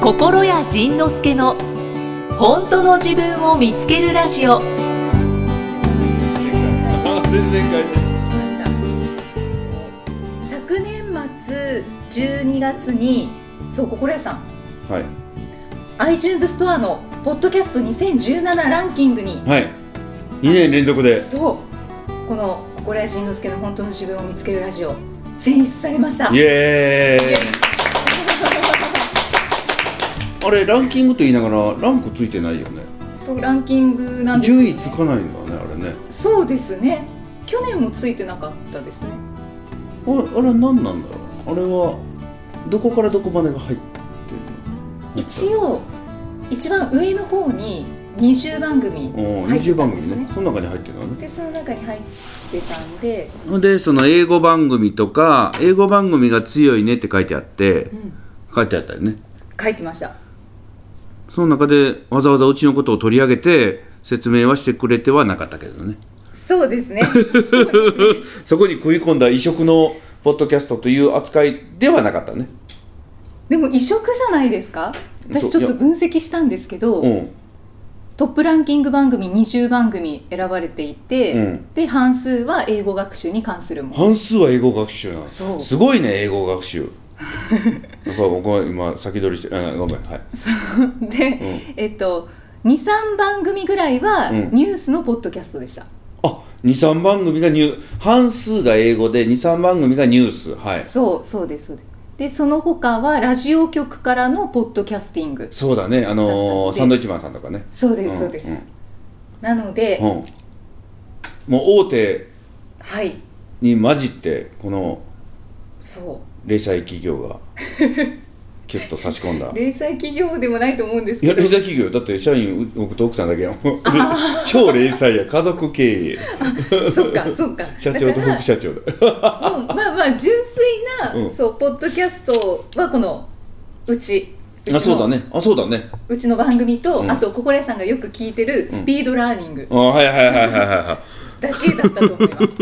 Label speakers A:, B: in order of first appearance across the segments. A: 心谷仁之助の本当の自分を見つけるラジオ
B: 全然変えてない
A: 昨年末12月にそう心谷さん
B: はい
A: iTunes ストアのポッドキャスト2017ランキングに
B: はい2年連続で
A: そうこの心谷慎之介の本当の自分を見つけるラジオ選出されました
B: イエーイあれランキングと言いながらランクついてないよね
A: そうランキングなんです
B: 順位つかないんだねあれね
A: そうですね去年もついてなかったですね
B: ああれ何なんだろうあれはどこからどこまでが入ってるの
A: 一応一番上の方に20番組入っ
B: おー
A: て
B: 20
A: た
B: 番
A: んです
B: 組
A: ね
B: ねその中に入ってるのね
A: でその中に入ってたんで、
B: でその英語番組とか英語番組が強いねって書いてあって
A: うん、
B: 書いてあったよね
A: 書いてました
B: その中でわざわざうちのことを取り上げて説明はしてくれてはなかったけどね
A: そうですね
B: そこに食い込んだ異色のポッドキャストという扱いではなかったね
A: でも異色じゃないですか私ち
B: そう
A: ょっ
B: いや
A: と分析したんですけど、
B: うん
A: トップランキング番組20番組選ばれていて、
B: うん
A: で半数は英語学習に関するもの
B: 半数は英語学習なんです
A: そう
B: すごいね英語 学習やっぱ僕は今先取りしてあごめんはい
A: で、
B: ん
A: えっと23番組ぐらいは
B: うん
A: ニュースのポッドキャストでした、
B: あ23番組がニュー半数が英語で23番組がニュースはい
A: そうそうですそうですでその他はラジオ局からのポッドキャスティング
B: そうだねあの
A: だったの
B: ー
A: で
B: サンドイッチマンさんとかね
A: そうですそうです、
B: うん
A: なので、
B: うんもう大手
A: はい
B: に混じってこの
A: そ
B: 零細企 業がキュッと差し込んだ
A: う零細企業でもないと思うんです
B: い
A: け
B: や
A: ど
B: 零細企業だって社員僕と奥さんだけやん 超零細や家族経営
A: そっかそっか
B: 社長と
A: だから
B: 副社長だ
A: うんまあまあ純粋な、
B: うん
A: そうポッドキャストはこのうちうちの
B: あそうだねあそうだね
A: うちの番組と、
B: うん
A: あと心谷さんがよく聞いてるスピードラーニング
B: あはいはいはいはいはいは
A: だけだったと思い ます、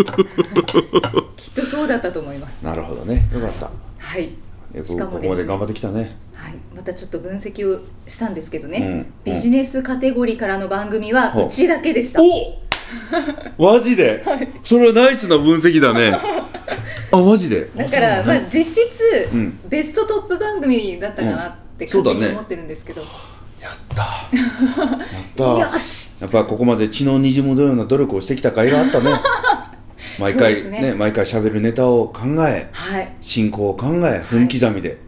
A: きっとそうだったと思います
B: いなるほどねよかった
A: はい
B: えこ
A: しかも
B: こ
A: です
B: こまで頑張ってきたね
A: はい、またちょっと分析をしたんですけどね、
B: う
A: ビ
B: ん
A: ジネスカテゴリーからの番組はうちだけでした、
B: おマジで、それはナイスな分析 だねあマジで
A: だから、まあ、実質、
B: うん
A: ベストトップ番組だったかなって
B: うんそう
A: 勝手
B: だね
A: に思ってるんですけど、
B: やったやった
A: よし
B: やっぱここまで血の滲むような努力をしてきた甲斐があったね 毎
A: そうで
B: 回
A: す
B: ね
A: ね
B: 毎回喋るネタを考え
A: はい
B: 進行を考え分刻 みで、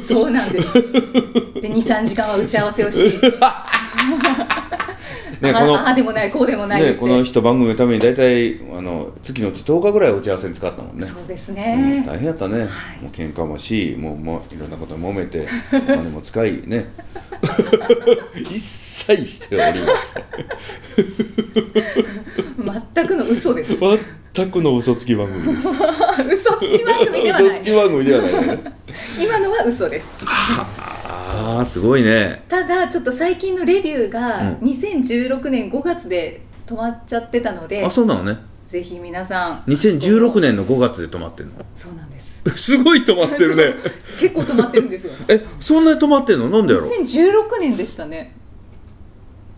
A: そうなんですで23時間は打ち合わせをし、
B: ね
A: あ
B: こ
A: ああでもないこうでもないっ
B: ね
A: て、
B: この人番組のために大体あの月のうち10日ぐらい打ち合わせに使ったもんね
A: そうです
B: うん
A: ね、
B: 大変やったね、
A: い
B: もう喧嘩もしもうもういろんなことも揉めて お金も使いね 一切しております
A: 全くの嘘です
B: 全くの嘘つき番組です
A: 嘘つき 番組では
B: 嘘
A: な
B: つ
A: い
B: き番組ではないね
A: 今のは嘘です
B: ああすごいね
A: ただちょっと最近のレビュー
B: うん
A: が2016年5月で止まっちゃってたので、
B: あそうなのね
A: ぜひ皆さん
B: 2016年の5月で止まってるの
A: そうなんです
B: すごい止まってるね
A: 結構止まってるんですよ
B: えそんなに止まってんのなんでやろ
A: 2016年でしたね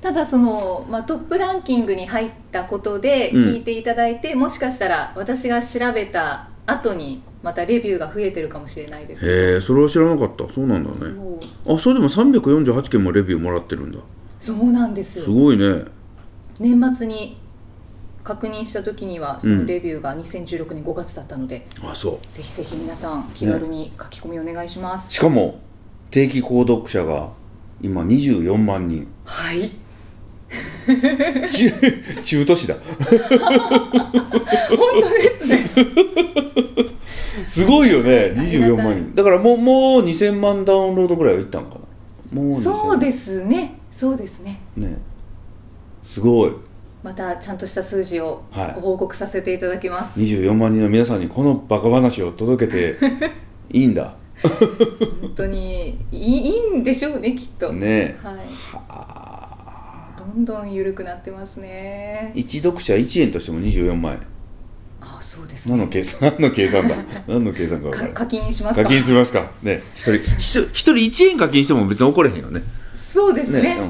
A: ただその、まあ、トップランキングに入ったことで
B: うん
A: 聞いていただいて、もしかしたら私が調べた後にまたレビューが増えてるかもしれないです
B: へえそれは知らなかったそうなんだね
A: そう
B: あそれでも348件もレビューもらってるんだ
A: そうなんですよ
B: すごいね
A: 年末に確認した時にはそ
B: うん
A: のレビューが2016年5月だったので、
B: あそう
A: ぜひぜひ皆さん気軽に書き込みお願いします、
B: しかも定期購読者が今24万人
A: はい
B: 中 中都市だ
A: 本当ですね
B: すごいよね
A: ありがたい
B: 24万人だからもうもう2000万ダウンロードぐらいはいったんかなもう
A: そうですすねそうですね
B: ねすごい
A: またちゃんとした数字を
B: はい
A: ご報告させていただきます、
B: 24万人の皆さんにこのバカ話を届け ていいんだ
A: 本当にいいいいんでしょうねきっと、
B: ね
A: はいどんどん緩くなってますね
B: 一読者1円としても24万円
A: あそうですね
B: 何の計算 何の計算だ何の計算か分か
A: から課金しますか
B: 課金しますかね一人一人1円課金しても別に怒れへんよね
A: そうですね
B: ね,、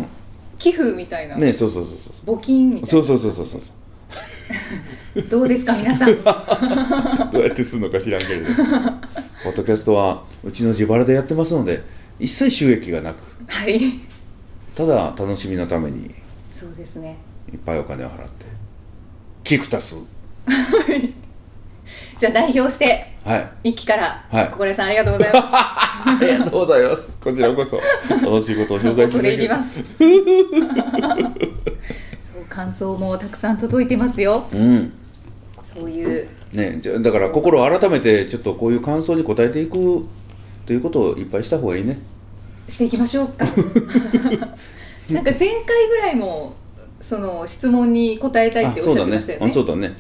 A: 寄付みたいな、
B: うん、ねそうそうそうそう
A: 募金みたいな
B: そうそうそうそうそう
A: どうですか皆さ ん
B: どうやってすんのか知らんけれどポッドキャストはうちの自腹でやってますので一切収益がなく
A: はい
B: ただ楽しみのために
A: そうですね
B: いっぱいお金を払ってキクタス
A: じゃあ代表して
B: はい
A: 一期から、
B: はい
A: 小暮さんありがとうございます
B: ありがとうございますこちらこそ楽しい ことを紹介
A: 恐
B: していただ
A: れ入り
B: ける
A: ます。そう感想もたくさん届いてますよ。
B: うん
A: そういう
B: ね、じゃだから心を改めてちょっとこういう感想に応えていくということをいっぱいした方がいいね
A: していきましょう か。なんか前回ぐらいもその質問に答えたいってお
B: そ
A: っ
B: う
A: しゃ
B: だ
A: ってま
B: ね
A: したよ
B: あ
A: ね。
B: そうだね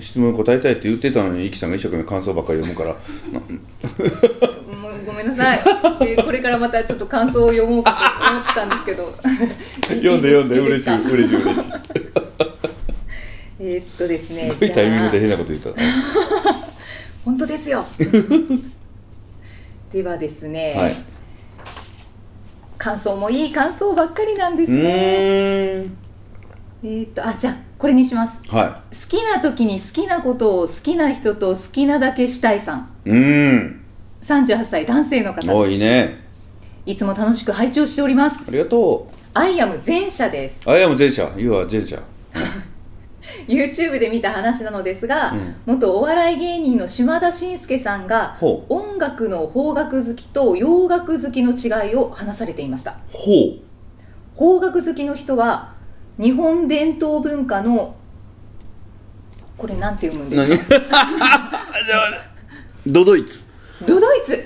B: 質問に答えたいって言ってたのにイキさんが一生懸命感想ばっかり読むから
A: もうごめんなさい。でこれからまたちょっと感想を読もうかと思ってたんですけど。
B: 読んで読んで嬉しい
A: いいすか。
B: 嬉しい嬉しい
A: えーっとですね。
B: すごいタイミングで
A: じゃあ
B: 変なこと言った
A: 本当です よ。ではですね。
B: はい
A: 感想もいい感想ばっかりなんで
B: う
A: すね。
B: ーん
A: えーっとあじゃあこれにします。
B: は
A: 好きな時に好きなことを好きな人と好きなだけしたいさん。
B: いうーん
A: 38歳男性の方。
B: 多いね
A: いつも楽しく拝聴しております。
B: ありがとう
A: アイアム前者です。
B: あやも前者 You are 前者
A: YouTube で見た話なのですが、
B: うん
A: 元お笑い芸人の島田紳介さんが
B: ほ
A: 音楽の邦楽好きと洋楽好きの違いを話されていました。
B: ほう
A: 邦楽好きの人は日本伝統文化のこれなんて読むんですか
B: 何ドドイツ
A: ドドイツ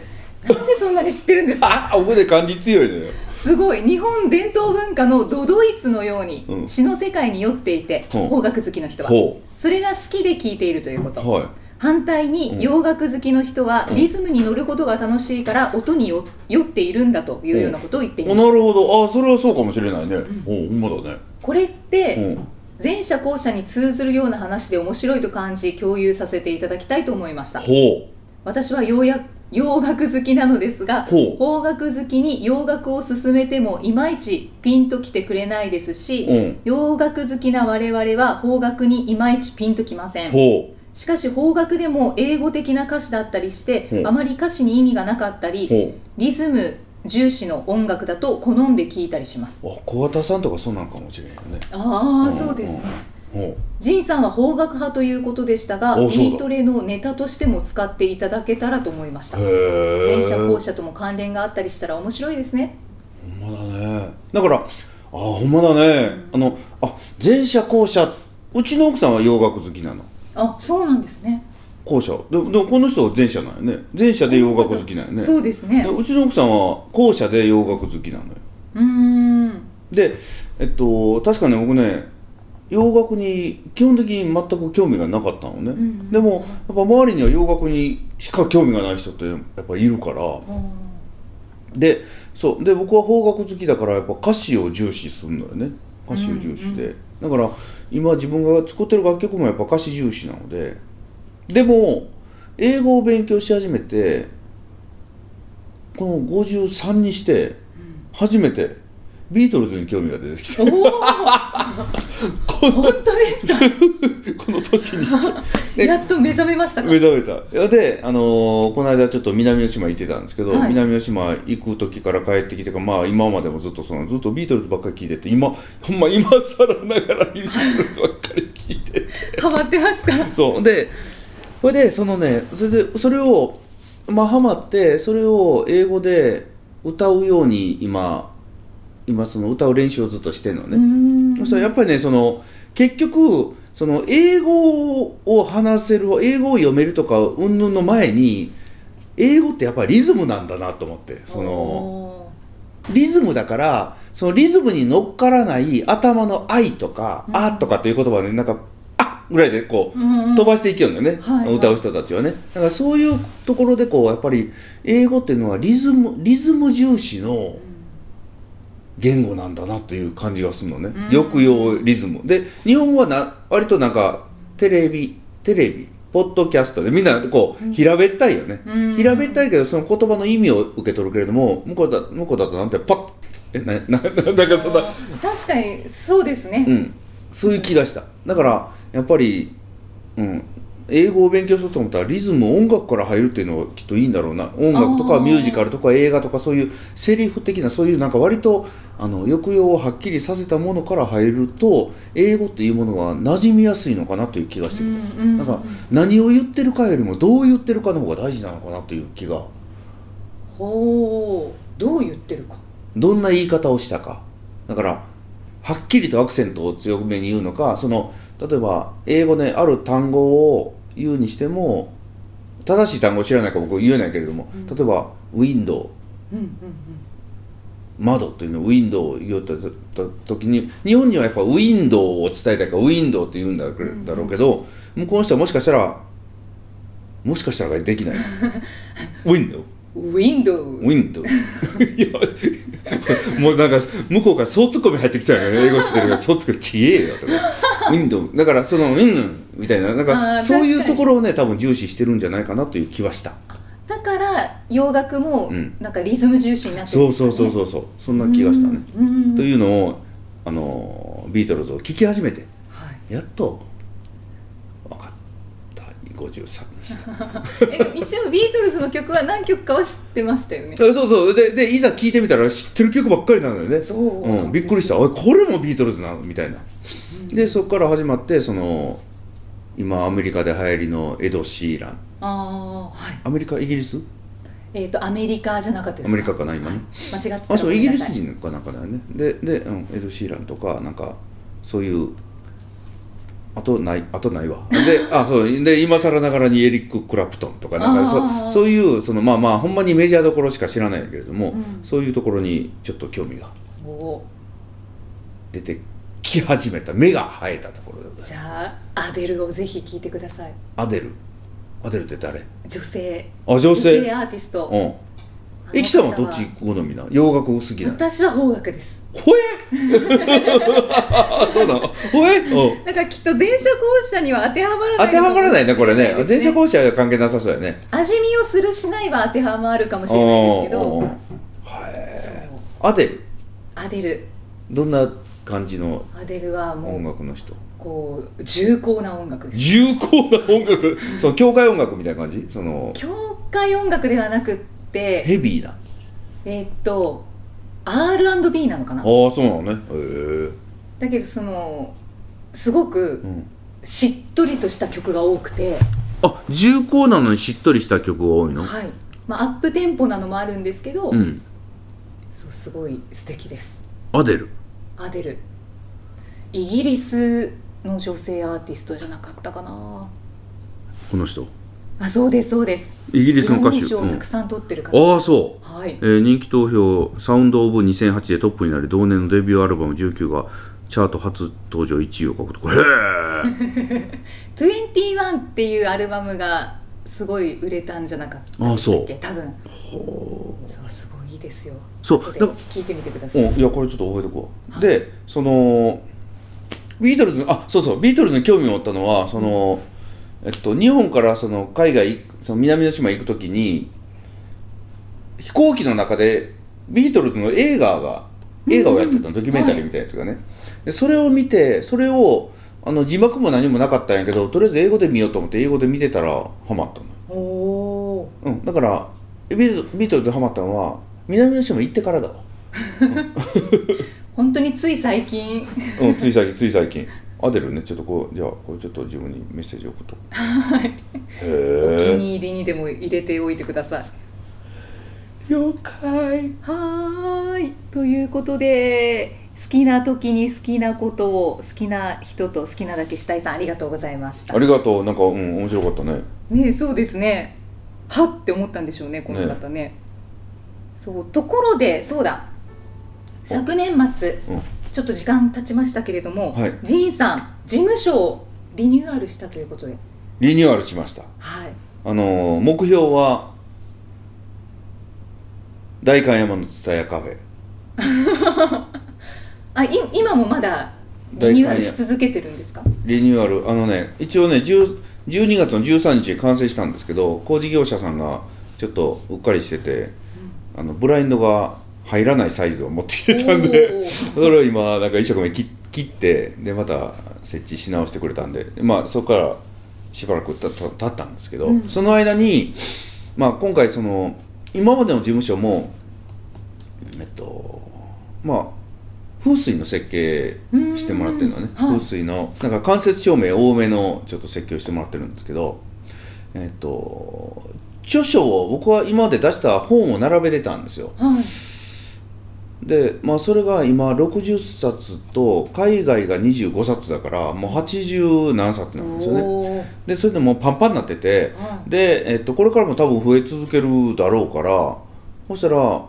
A: なんでそんなに知ってるんですか
B: あおこで漢字強いのよ
A: すごい日本伝統文化のドドイツのように、
B: うん
A: 詩の世界に酔っていて、
B: うん
A: 邦楽好きの人は、
B: ほ
A: それが好きで聴いているということ、
B: うはい
A: 反対
B: うん
A: に洋楽好きの人は、
B: うん
A: リズムに乗ることが楽しいから音によ酔っているんだというようなことを言ってい
B: お
A: ま
B: な
A: す、
B: るほどあそれはそうかもしれないね、うん、ほんまだね
A: これっ
B: う
A: て
B: ん
A: 前者後者に通ずるような話で面白いと感じ共有させていただきたいと思いました
B: ほ
A: 私はようや洋楽好きなのですが
B: ほう
A: 邦楽好きに洋楽を勧めてもいまいちピンときてくれないですし、
B: ううん
A: 洋楽好きな我々は邦楽にいまいちピンときません
B: ほ
A: しかし邦楽でも英語的な歌詞だったりして、
B: うん
A: あまり歌詞に意味がなかった
B: う
A: り
B: ほ
A: リズム重視の音楽だと好んで聴いたりします
B: うあ小型さんとかそうなんかもしれんよね
A: あ
B: う
A: あ
B: ん
A: そうですね
B: ほ
A: 仁さんは邦楽派ということでしたが
B: あそうだ
A: イトレのネタとしても使っていただけたらと思いました
B: うへえ
A: 前者後者とも関連があったりしたら面白いですね
B: ほんまだねだからあほんまだね、あのあ前者後者うちの奥さんは洋楽好きなの
A: あそうなんですね
B: 後者ででもこの人は前者なんよね前者で洋楽好きなんよね
A: そうですね
B: でうちの奥さんは後者で洋楽好きなのよ
A: うーん
B: でえっと確かね僕ね洋楽に基本的に全く興味がなかったのね、
A: ん
B: でもやっぱ周りには洋楽にしか興味がない人ってやっぱいるから
A: あー
B: でそうで僕は邦楽好きだからやっぱ歌詞を重視するのよね歌詞を重視で、だから今自分が作ってる楽曲もやっぱ歌詞重視なのででも英語を勉強し始めてこの53にして初めてビートルズに興味が出てきた
A: おー
B: この
A: 本当ですか
B: この年にして。
A: やっと目覚めましたか
B: 目覚めた いやで、あのーこの間ちょっと南の島行ってたんですけど、
A: はい
B: 南の島行く時から帰ってきてからまあ今までもずっとそのずっとビートルズばっかり聴いてて今 ほんま今更ながらビートルズばっかり聴いてて
A: ハマってますか
B: そうでそれでそのねそれでそれをまあハマってそれを英語で歌うように今今その歌う練習をずっとしてるのね、そしたらやっぱりねその結局その英語を話せる英語を読めるとか云々の前に英語ってやっぱりリズムなんだなと思ってその
A: の
B: リズムだからそのリズムに乗っからない頭の「愛」とか「
A: うん
B: あ」とかという言葉でなんか「あ」ぐらいでこう飛ばしていきよんだよね、
A: はいはい
B: 歌う人たちはねだからそういうところでこうやっぱり英語っていうのはリズムリズム重視の言語なんだなという感じがするのね
A: うん
B: 抑揚リズムで日本語はな割となんかテレビテレビポッドキャストでみんなこう平べったいよね、
A: うん
B: 平べったいけどその言葉の意味を受け取るけれども向こうだ向こうだとなんてパッえななななんかそんな
A: 確かにそうですね、
B: うん、そういう気がしただからやっぱり、うん、英語を勉強しようと思ったらリズム音楽から入るっていうのはきっといいんだろうな音楽と
A: あ
B: か
A: ー
B: ミュージカルとか映画とかそういうセリフ的なそういうなんか割とあの抑揚をはっきりさせたものから入ると英語っていうものが馴染みやすいのかなという気がして
A: う
B: き
A: ん
B: た、
A: うん
B: だから何を言ってるかよりもどう言ってるかの方が大事なのかなという気が
A: ほうどう言ってるか
B: どんな言い方をしたかだからはっきりとアクセントを強めに言うのかその例えば英語である単語を言うにしても正しい単語を知らないから僕は言えないけれども、
A: うん
B: 例えば「ウィンドウ」
A: うんうん
B: 「窓」というのを「ウィンドウ」を言った時に日本人はやっぱ「ウィンドウ」を伝えたいから「ウィンドウ」って言うんだろうけ
A: うん
B: だろうけど、向こうの人はもしかしたらもしかしたらが できない「ウィンドウ」
A: うんウィンドウ
B: ウィンドウ いやもうなんか向こうから総ツッコミ入ってきたよね英語してるから総ツッコミちえよとかウィンドウだからそのウィンドウみたいななん
A: あ
B: か
A: ー
B: そういう
A: 確か
B: と
A: に
B: ころをね多分重視してるんじゃないかなという気はした
A: だから洋楽も
B: うん
A: なんかリズム重視になってる
B: そ
A: ん
B: う
A: ですか
B: そ
A: ね
B: うそうそうそうそんな気がしたね
A: うんうん
B: というのをあのビートルズを聴き始めて
A: はい
B: やっと分かった53にした
A: えでも一応ビートルズの曲は何曲かは知ってましたよね
B: そうそうででいざ聴いてみたら知ってる曲ばっかりなのよね
A: そう
B: うん、びっくりしたおいこれもビートルズなのみたいなでそこから始まってその今アメリカで流行りのエド・シーラン
A: ああはい
B: アメリカイギリス
A: えっ、とアメリカじゃなかったです
B: アメリカかな今ね
A: 間違ってたらご
B: あそう
A: め
B: イ
A: ん
B: ギ
A: な
B: リ
A: さい
B: ス人かなんかだよねでで、うん、エド・シーランとかなんかそういうあとないあとないわ であそうで今更ながらにエリック・クラプトンとかなんか
A: あー
B: そうそういうそのまあまあほんまにメジャーどころしか知らないけれども、
A: うん
B: そういうところにちょっと興味が
A: おお
B: 出てき始めた目が生えたところでございま
A: じ
B: す
A: ゃあアデルをぜひ聴いてください
B: アデルアデルって誰
A: 女性
B: あ女性
A: アーティスト
B: うんえきさんはどっち好みな洋楽好きなの
A: 私は邦楽です
B: ほえ あそうなのほえうん
A: だからきっと前者後者には当てはまらない
B: 当てはまらないねこれね前者
A: 者
B: 後者は関係なさそうやね
A: 味見をするしないは当てはまるかもしれないですけ
B: うんうんうん
A: ど
B: はい
A: そう
B: アデル
A: アデル
B: どんな感じの
A: アデルはも
B: 音
A: う
B: 楽の人
A: こう重厚な音楽です
B: 重厚な音楽 その教会音楽みたいな感じその
A: 教会音楽ではなくって
B: ヘビーなあ
A: えーっと R&B なのか
B: あ
A: な
B: そうなのねへえ
A: だけどそのすごく
B: うん
A: しっとりとした曲が多くて、
B: あ重厚なのにしっとりした曲が多いの
A: はいまあ、アップテンポなのもあるんですけど、
B: うん
A: そうすごい素敵です
B: アデル
A: アデルイギリスの女性アーティストじゃなかったかな
B: この人
A: あそうですそうです
B: イギ
A: イ
B: リスの歌手、
A: 賞
B: う
A: を
B: ん
A: たくさん取ってる方、
B: ああそう、
A: はい
B: えー人気投票「サウンド・オブ2008」でトップになり同年のデビューアルバム19がチャート初登場1位を獲得へえ
A: 21っていうアルバムがすごい売れたんじゃなかった
B: ああ
A: っ
B: そ
A: け多分
B: うほ
A: そうすごいいいですよ
B: うそう
A: 後で
B: だか
A: 聞いてみてくださ
B: う
A: い、
B: んいやこれちょっと覚えとこうでそのビートルズあそうそうビートルズに興味を持ったのはその、えっと、日本からその海外その南の島行く時に飛行機の中でビートルズの映画が映画をやってたの、ドキュメンタリーみたいなやつがね、でそれを見てそれをあの字幕も何もなかったんやけどとりあえず英語で見ようと思って英語で見てたらハマったの、
A: おお
B: うん、だからビートビートルズハマったのは南の島行ってからだわ
A: 本当につい最近
B: うん、つい最近、つい最近。アデルね、ちょっとこう、じゃあ、これちょっと自分にメッセージ送っとこう。
A: お気
B: へ
A: に入りにでも入れておいてください
B: え。了解。
A: はーいということで好きな時に好きなことを好きな人と好きなだけしたいさんありがとうございました
B: ありがとう、なんか、うん、面白かったね。
A: ねそうですねはって思ったんでしょうねこの方ねそうところでそうだ昨年末
B: うん。
A: ちょっと時間経ちましたけれども、
B: はい
A: ジーンさん事務所をリニューアルしたということで
B: リニューアルしました。
A: はい
B: あのー目標は。代官山の蔦屋カフェ。
A: あい今もまだリニューアルし続けてるんですか
B: リニューアルあのね一応ね10 12月の13日に完成したんですけど工事業者さんがちょっとうっかりしてて、あのブラインドが入らないサイズを持ってきてたん
A: お
B: で
A: ー
B: それを今なんか一生懸命切切ってでまた設置し直してくれたんでまあそこからしばらくたた経ったんですけど、
A: うん
B: その間に、まあ、今回その今までの事務所もえっとまあ風水の設計してもらってるのね、
A: うんはい
B: 風水のなんか間接照明多めのちょっと設計をしてもらってるんですけどえっと著書を僕は今まで出した本を並べてたんですよ
A: はい
B: でまあそれが今60冊と海外が25冊だからもう80何冊なんですよね
A: おー
B: でそれでもうパンパンになってて
A: はい
B: で、えっと、これからも多分増え続けるだろうからそしたらも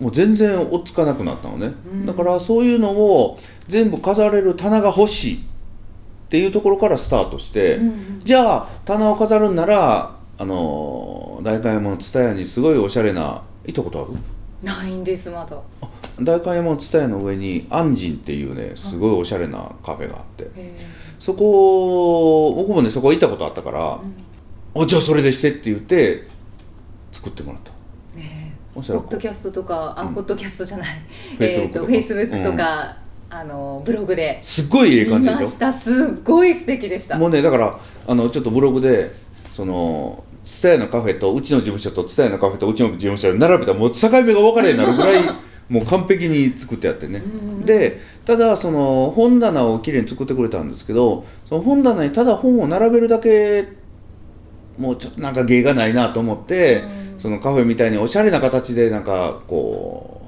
B: う全然追っつかなくなったのね、
A: うん
B: だからそういうのを全部飾れる棚が欲しいっていうところからスタートして、
A: うんうん
B: じゃあ棚を飾るんならあのー代官山の蔦屋にすごいおしゃれな行ったことある
A: ないんですまだ
B: あ代官山の蔦屋の上に安仁っていうねすごいおしゃれなカフェがあって
A: へ
B: そこ僕もねそこ行ったことあったから
A: ー、うん
B: あじゃあそれでしてって言って作ってもらった
A: ねえ
B: お
A: ポ
B: そらく
A: ッドキャストとかあ、
B: うん
A: ポッドキャストじゃない
B: Facebook
A: えっと
B: と
A: フ
B: か
A: ェイスブックとか、あのブログです
B: っごいええ
A: 見
B: 感じ
A: ま
B: で
A: し
B: した
A: すっごい素敵でした
B: ょもうねだからあのちょっとブログでその蔦屋のカフェとうちの事務所と蔦屋のカフェとうちの事務所で並べたらもう境目が分かれになるぐら いもう完璧に作ってあってね
A: うん
B: でただその本棚をきれいに作ってくれたんですけどその本棚にただ本を並べるだけもうちょっとなんか芸がないなと思って、
A: うん
B: そのカフェみたいにおしゃれな形でなんかこ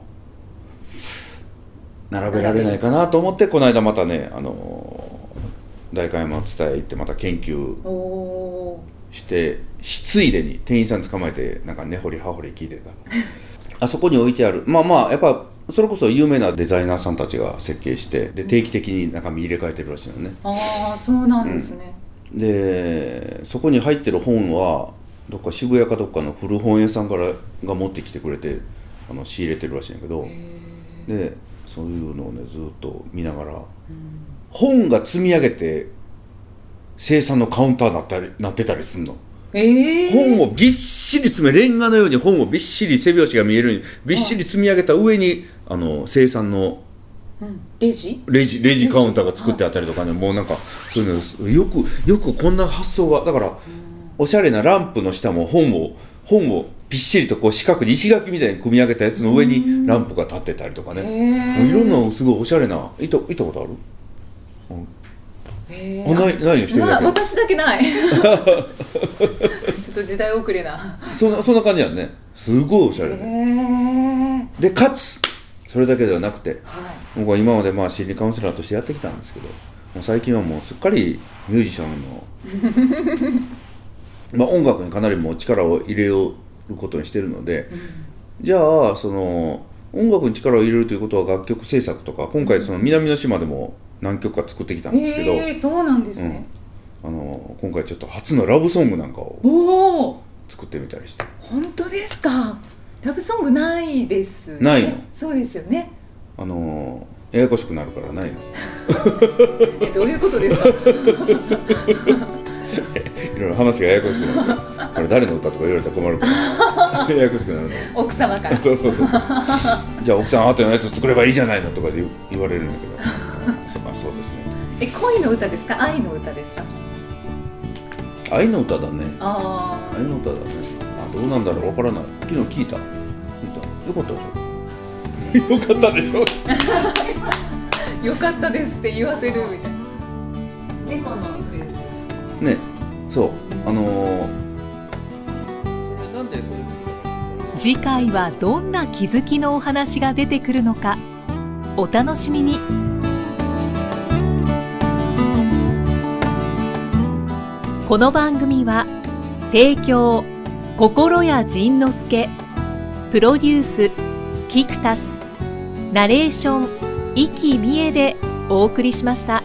B: う並べられないかなと思ってこの間またねあの代官山伝え行ってまた研究
A: おお
B: してしついでに店員さん捕まえてなんか根掘り葉掘り聞いて たあそこに置いてあるまあまあやっぱそれこそ有名なデザイナーさんたちが設計してで定期的になんか見入れ替えてるらしいのね
A: ーああそうなんですね、
B: でそこに入ってる本はどっか渋谷かどっかの古本屋さんからが持ってきてくれてあの仕入れてるらしいんやけど
A: へえ
B: でそういうのをねずっと見ながら
A: うん
B: 本が積み上げて生産のカウンターになったりなってたりすんの。
A: ええ
B: 本をぎっしり詰めレンガのように本をびっしり背表紙が見えるようにびっしり積み上げた上にあの生産の
A: うん、レジ
B: レジレジカウンターが作ってあったりとかねもうなんかそういうのですよくよくこんな発想がだからおしゃれなランプの下も本を本をびっしりとこう四角に石垣みたいに組み上げたやつの上にランプが立ってたりとか
A: へ
B: ね
A: ー
B: もういろんなすごいおしゃれな行った行ったことある
A: え
B: あないないの一人だけ
A: 私だけない ちょっと時代遅れな
B: そんなそんな感じやんねすごいおしゃ
A: へ
B: れ
A: え
B: で,、でかつそれだけではなくて
A: はい
B: 僕は今までまあ心理カウンセラーとしてやってきたんですけどもう最近はもうすっかりミュージシャンの まあ音楽にかなりもう力を入れようことにしてるのでじゃあその音楽に力を入れるということは楽曲制作とか今回その南の島でも何曲か作ってきたんですけど、
A: ええそうなんですね、
B: あの今回ちょっと初のラブソングなんかを
A: おお
B: 作ってみたりして
A: 本当ですかラブソングないです、ね、
B: ないの
A: そうですよね
B: あのややこしくなるからないの
A: えどういうことです か
B: いろいろ話がややこしくなるからこれ誰の歌とか言われたら困るから ややこしくなるの
A: 奥様から
B: そうそうそうそうじゃあ奥さんあなたのやつ作ればいいじゃないのとかで言われるんだけどそうまあそうですね
A: え恋の歌ですか愛の歌ですか
B: 愛の歌だね
A: あ
B: 愛の歌だねあどうなんだろうわからない昨日聞いた聞いたよかったでしょ よかったでし
A: あよかったですって言わせるみたいな
C: 猫のフレーズです。
B: ょねそうあのー、それなんでそれ作
D: 次回はどんな気づきのお話が出てくるのかお楽しみにこの番組は提供心谷仁之助プロデュースキクタスナレーション生きみえでお送りしました。